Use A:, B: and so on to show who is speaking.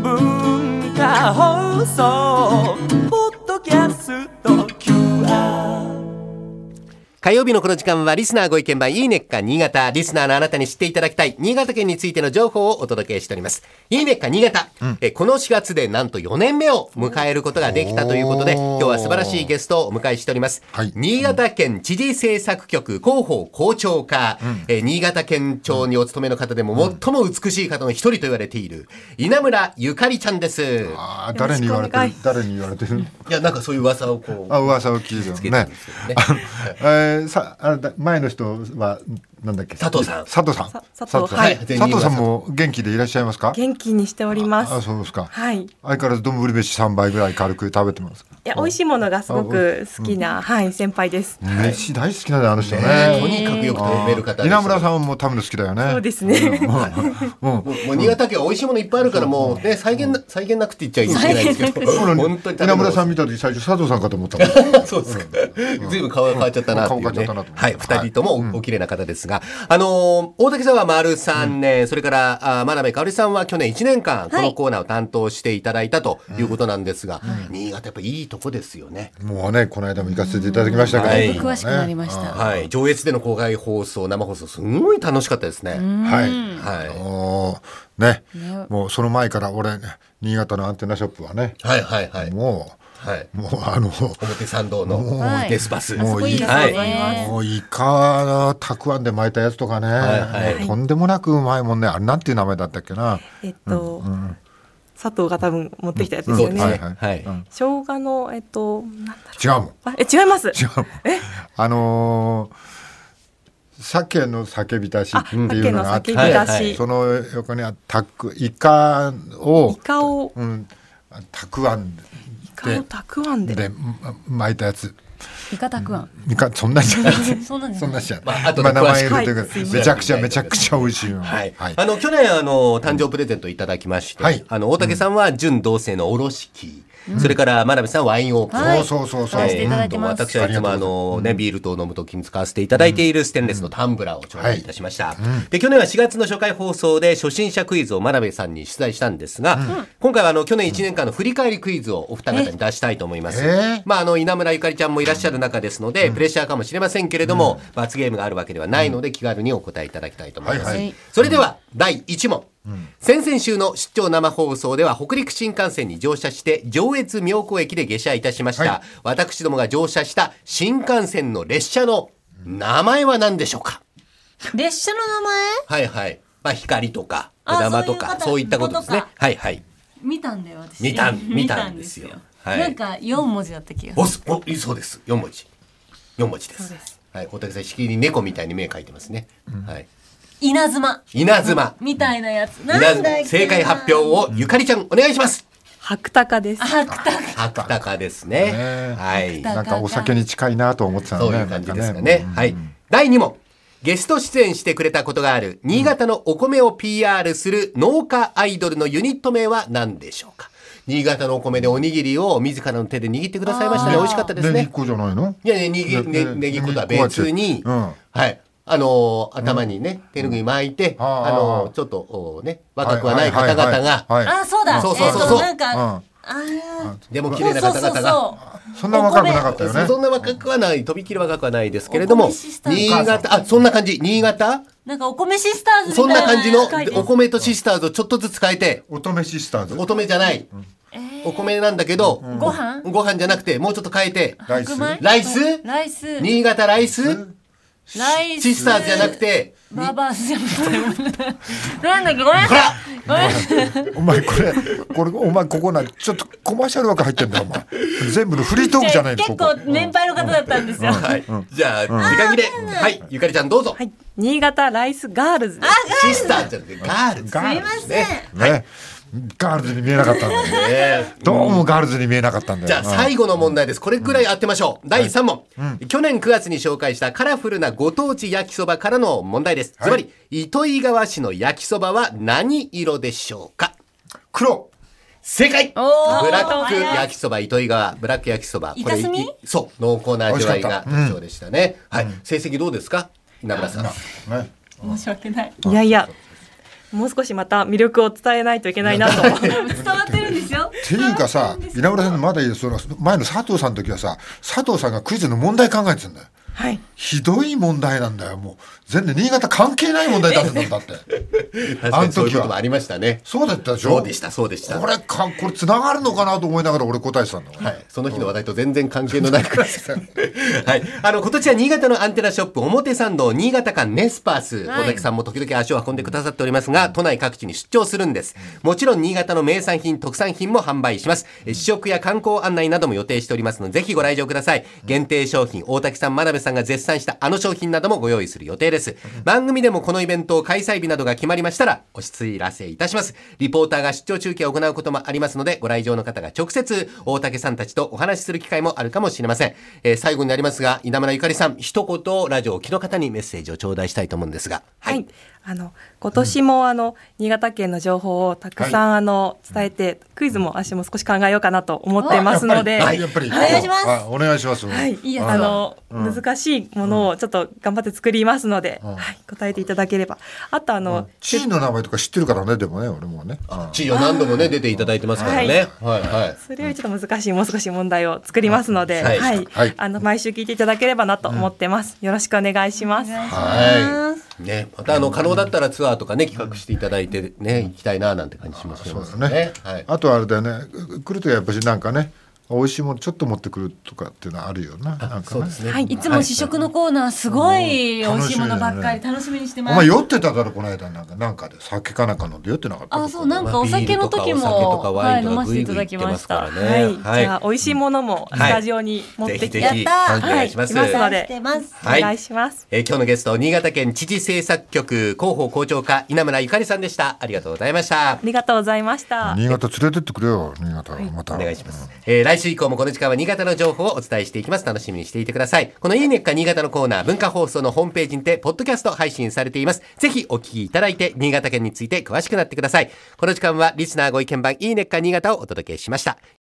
A: 文化放送ポッドキャスト QR
B: 火曜日のこの時間はリスナーご意見番いいねっか新潟リスナーのあなたに知っていただきたい新潟県についての情報をお届けしておりますいいねっか新潟、えこの4月でなんと4年目を迎えることができたということで
C: おー
B: 今日は素晴らしいゲストをお迎えしております、
C: はい
B: 新潟県知事政策局広報広聴課、え新潟県庁にお勤めの方でも最も美しい方の一人と言われている稲村ゆかりちゃんです
C: ああ誰に言われて
D: よろ
C: る
D: しく
C: 誰に言われてる
B: いやなんかそういう噂をこう
C: あ噂を聞い
B: け
C: て
B: てる
C: ね
B: んですよね
C: ねえー、さあれだ前の人はなんだっけ
B: 佐藤さん
C: 佐藤さん
D: さ佐藤
C: さん
D: はい
B: 全員
C: 佐藤さんも元気でいらっしゃいますか
D: 元気にしております。
C: あそうですか
D: はい。い
C: 相変わらず丼飯3杯ぐらい軽く食べてます
D: や、美味しいものがすごく好きな、はい、先輩です。
C: 飯大好きなんだよあの人ね
B: とにかくよく食べる方です
C: 稲村さんも食べるの好きだよね
D: そうですね。
C: うん
B: もうもう新潟県は美味しいものいっぱいあるからもうね再現な再現なくて言っちゃいけないですけど
C: ほら
B: 本当に
C: 稲村さん
B: ん
C: 見た時最初佐藤さんかと思ったもん
B: そうですか随分顔が変わっちゃったなっていう
C: 顔変わっちゃ
B: ね
C: ったなと思って
B: はい二人ともおお綺麗な方ですがあのー大竹さんは丸3年それからあー真鍋かおりさんは去年1年間このコーナーを担当していただいたということなんですが新潟やっぱいいとこですよね
C: もうねこの間も行かせていただきましたけど、
B: は
E: だ
B: い
E: いぶ詳しくなりました。
B: はい上越での公開放送生放送すごい楽しかったですね
C: はい
B: はい
C: あのーねもうその前から俺ね新潟のアンテナショップはね、
B: はいはいはい
C: も
B: はいう
C: もうあの
B: 表参道の
E: はい
B: デスパス
E: も
C: も
E: う
C: う
E: い
C: い
E: い
C: い
E: です
B: はい
E: ね。
C: もうイカのたくあんで巻いたやつとかね、
B: はい
C: もうとんでもなくうまいもんねあれなんていう名前だったっけな、
D: えっと、佐藤が多分持ってきたやつで
B: ん
D: す
B: そ
D: よ
B: うで
D: ね。
B: す
C: は
B: ね
C: いはい
B: はい
D: 生姜の、えっと、なんだろ
C: 違うもん
D: う。あえ、違います。
C: あのー鮭の叫び出しっていうのがあって、
D: あ鮭
B: の叫び出し
C: その横にはたくイカを
D: イカを、
C: うん、たくあん
D: イカをたくあん
C: で
D: で。
C: ま巻いたやつ
E: イカたくあん。
C: イカそんなん じゃない
E: そうなんです
C: そん。なんじゃない、
B: まあ後で詳しく
C: 名前入れてく
D: はい
C: るめちゃくちゃめちゃくちゃ美味しいよ
B: はい、
C: はい
B: あの去年あの誕生日プレゼントいただきまして、
C: はい
B: あの大竹さんは純同性のおろし器、それから真鍋さんはワインオープン、
E: はい
C: そうそうそうそう
E: 買わせていただいてます。
B: 私はいつもあの、ね、ビールと飲むときに使わせていただいているステンレスのタンブラーを頂戴いたしました。で、去年は4月の初回放送で初心者クイズを真鍋さんに出題したんですが、今回はあの、去年1年間の振り返りクイズをお二方に出したいと思います。
C: えー
B: まあ、あの、稲村ゆかりちゃんもいらっしゃる中ですので、プレッシャーかもしれませんけれども、罰ゲームがあるわけではないので、気軽にお答えいただきたいと思います。
C: はいはい
B: それでは、第1問。先々週の出張生放送では北陸新幹線に乗車して上越妙高駅で下車いたしました、
C: はい
B: 私どもが乗車した新幹線の列車の名前は何でしょうか、
E: 列車の名前
B: はいはい。まあ、光とか、
E: あ
B: 目玉とか、そ
E: そうう
B: い
E: いうこと
B: ったことですね
E: こと。
B: はいはい。
E: 見たんだよ私。
B: 見た見たんですよはい
E: なんか四文字だった気がす
B: お
E: る。
B: す、お、いそうです。四文字。四文字です。はい、大竹さん、しきりに猫みたいに目描いてますね。はい。
E: 稲妻
B: 稲妻。
E: みたいなやつ。な
B: 稲
E: んだっ
B: 妻
E: けな
B: 正解発表。をゆかりちゃん、お願いします。
D: 白鷹です。
E: あったか。
B: 白鷹ですね
C: ね。
B: はい。
C: なんかお酒に近いなと思ってた
B: そ
C: の
B: う
C: ね
B: いう感じですか
C: なん
B: ね。はい。第2問。ゲスト出演してくれたことがある、新潟のお米を PR する農家アイドルのユニット名は何でしょうか新潟のお米でおにぎりを自らの手で握ってくださいましたね。
E: あー
B: 美味しかったです
C: ねぎっ
B: ね。
C: こじゃないの
B: いやいや、にぎ、ね、
C: ね
B: ねぎことは別に、
C: うん
B: はい。あのー頭にね、手ぬぐい巻いて、
C: うんあー
B: あのーちょっと、おーね、若くはない方々が、
C: はいはいはいはい
E: あそうだ。
B: そうそうそう
E: えっとなんか
C: うん
E: ああ
B: でも綺
E: そ
B: 麗な
E: うそ
B: 方
E: うそう
B: 々が、
E: そう。
C: そんな若くなかった
B: そ
C: よね
B: そんな若くはない、とびきり若くはないですけれども、
E: お米シスターズ
B: 新潟、あ、そんな感じ、新潟
E: なんかお米シスターズみた
B: そ
E: い
B: ん
E: な。
B: な感じ
E: 近いです
B: のお米とシスターズをちょっとずつ変えて、
C: 乙女シスターズ
B: 乙女じゃない、お米なんだけど、
E: ご飯
B: ご飯じゃなくて、もうちょっと変えて、
C: ライス
E: 白米
B: ライス
E: ライス
B: 新潟ライス
E: ライス
B: シスターズじゃなくて、
E: バーバースじゃなくて なんだっけごめん
B: ほ
E: なさい
B: ら
E: ごめんなさい
C: お前これこれお前ここなちょっとコマーシャル枠入ってんだよお前全部のフリートークじゃないの
E: 結
C: ここ
E: 構年配の方だったんですよ
B: はい。じゃあ、時間切れ。はい。ゆかりちゃんどうぞ
D: は。い。新潟ライスガールズです。
B: シスターじゃなくて、ガールズ。
C: ガー
E: すい
C: ル
E: ま
C: ズ
E: せん
C: ねガールズに見えなかったんだよね
B: ね
C: どうもガールズに見えなかったんだよ
B: じゃあ
C: うん
B: 最後の問題です。これくらい当てましょう。第3問、去年9月に紹介したカラフルなご当地焼きそばからの問題です。
C: は
B: つ
C: い
B: まり、糸魚川市の焼きそばは何色でしょうか
C: 黒
B: 正解ブ
E: おー
B: ラック焼きそば、糸魚川、ブラック焼きそば。
E: 板炭
B: いそう、濃厚な味わいが
C: 美味しかった
B: 特徴でしたね。はい。成績どうですか稲村さん。
C: ね
E: 申し訳ない
D: いやいや、もう少しまた魅力を伝えないといけないなと。
E: 伝わってるんですよ。
C: ていうかさ稲村さんのまだいいその前の佐藤さんの時はさ佐藤さんがクイズの問題考えてたんだよ
D: はい。
C: ひどい問題なんだよもう全然新潟関係ない問題出すんだもんだって
B: 確かにそういうこともありましたね。
C: そうだったでしょ
B: そうでした、そうでした。
C: これかこれつながるのかなと思いながら俺答えてたんだもん、
B: はい、その日の話題と全然関係のないくらいです。はい。あの、今年は新潟のアンテナショップ、表参道新潟館ネスパース。
E: はい
B: 小崎さんも時々足を運んでくださっておりますが、都内各地に出張するんです。もちろん新潟の名産品、特産品も販売します。え試食や観光案内なども予定しておりますので、ぜひご来場ください。限定商品、大滝さん、真鍋さんが絶賛したあの商品などもご用意する予定です。番組でもこのイベントを開催日などが決まりましたら、お知らせいたします。リポーターが出張中継を行うこともありますので、ご来場の方が直接、大竹さんたちとお話しする機会もあるかもしれません。えー最後になりますが、稲村ゆかりさん、一言、ラジオをお聞きの方にメッセージを頂戴したいと思うんですが。
D: はい。あの、今年もあの、新潟県の情報をたくさんあの、伝えて、クイズも私も少し考えようかなと思ってますので、
C: はいやっぱり、
E: お願いします
C: あお願いします
D: はい、
E: いいやつだ
D: あの、難しいものをちょっと頑張って作りますので、はい、答えていただければ。あとあの、
C: 地位の名前とか知ってるからねでもね俺もね
B: 地位を何度もね、出ていただいてますからね。はい、はい。
D: それよりちょっと難しい、もう少し問題を作りますので、
B: は
D: はいい、
C: はい
D: あの、毎週聞いていただければなと思ってます。よろしくお願いします。
B: はい。ね、またあの、可能だったらツアーとかね、企画していただいてね、行きたいな、なんて感じしますよ
C: そうだね、
B: はい。
C: あとはあれだよね来るとやっぱしなんかね美味しいものちょっと持ってくるとかっていうのはあるよななんか
B: そう
C: ね
B: ですね。
D: はい
E: いつも試食のコーナーすごい美
C: うん
E: 味しいものばっかり
C: 楽
E: 楽しみにして
C: お
E: ます。
C: 前酔ってただろこの間なんかなんかで酒かなんか飲んで酔ってなかった
E: あ、そうなんかお酒の時
B: まあビールとかお酒とか
E: も
B: ワ
E: は
B: イン
E: い
B: と
E: 飲
B: か
E: ませていただきまし
B: グ
E: た。
B: イグイ行ってます
D: はい、
B: からねはい
D: じゃあ、美味しいものもスタジオに持ってきて、
B: ぜひぜひ
E: やったー
B: はいお願いします。
D: はい来ますので
E: してます。
B: はい
D: お願いします。
B: えー今日のゲスト、新潟県知事政策局広報広聴課、稲村ゆかりさんでした。ありがとうございました
D: あ。りがとうございました。
C: 新潟連れてってくれよ新潟また
B: お願いします。えー来週以降もこの時間は新潟の情報をお伝えしていきます。楽しみにしていてください。このいいねっか新潟のコーナー、文化放送のホームページにて、ポッドキャスト配信されています。ぜひお聞きいただいて、新潟県について詳しくなってください。この時間はリスナーご意見番、いいねっか新潟をお届けしました。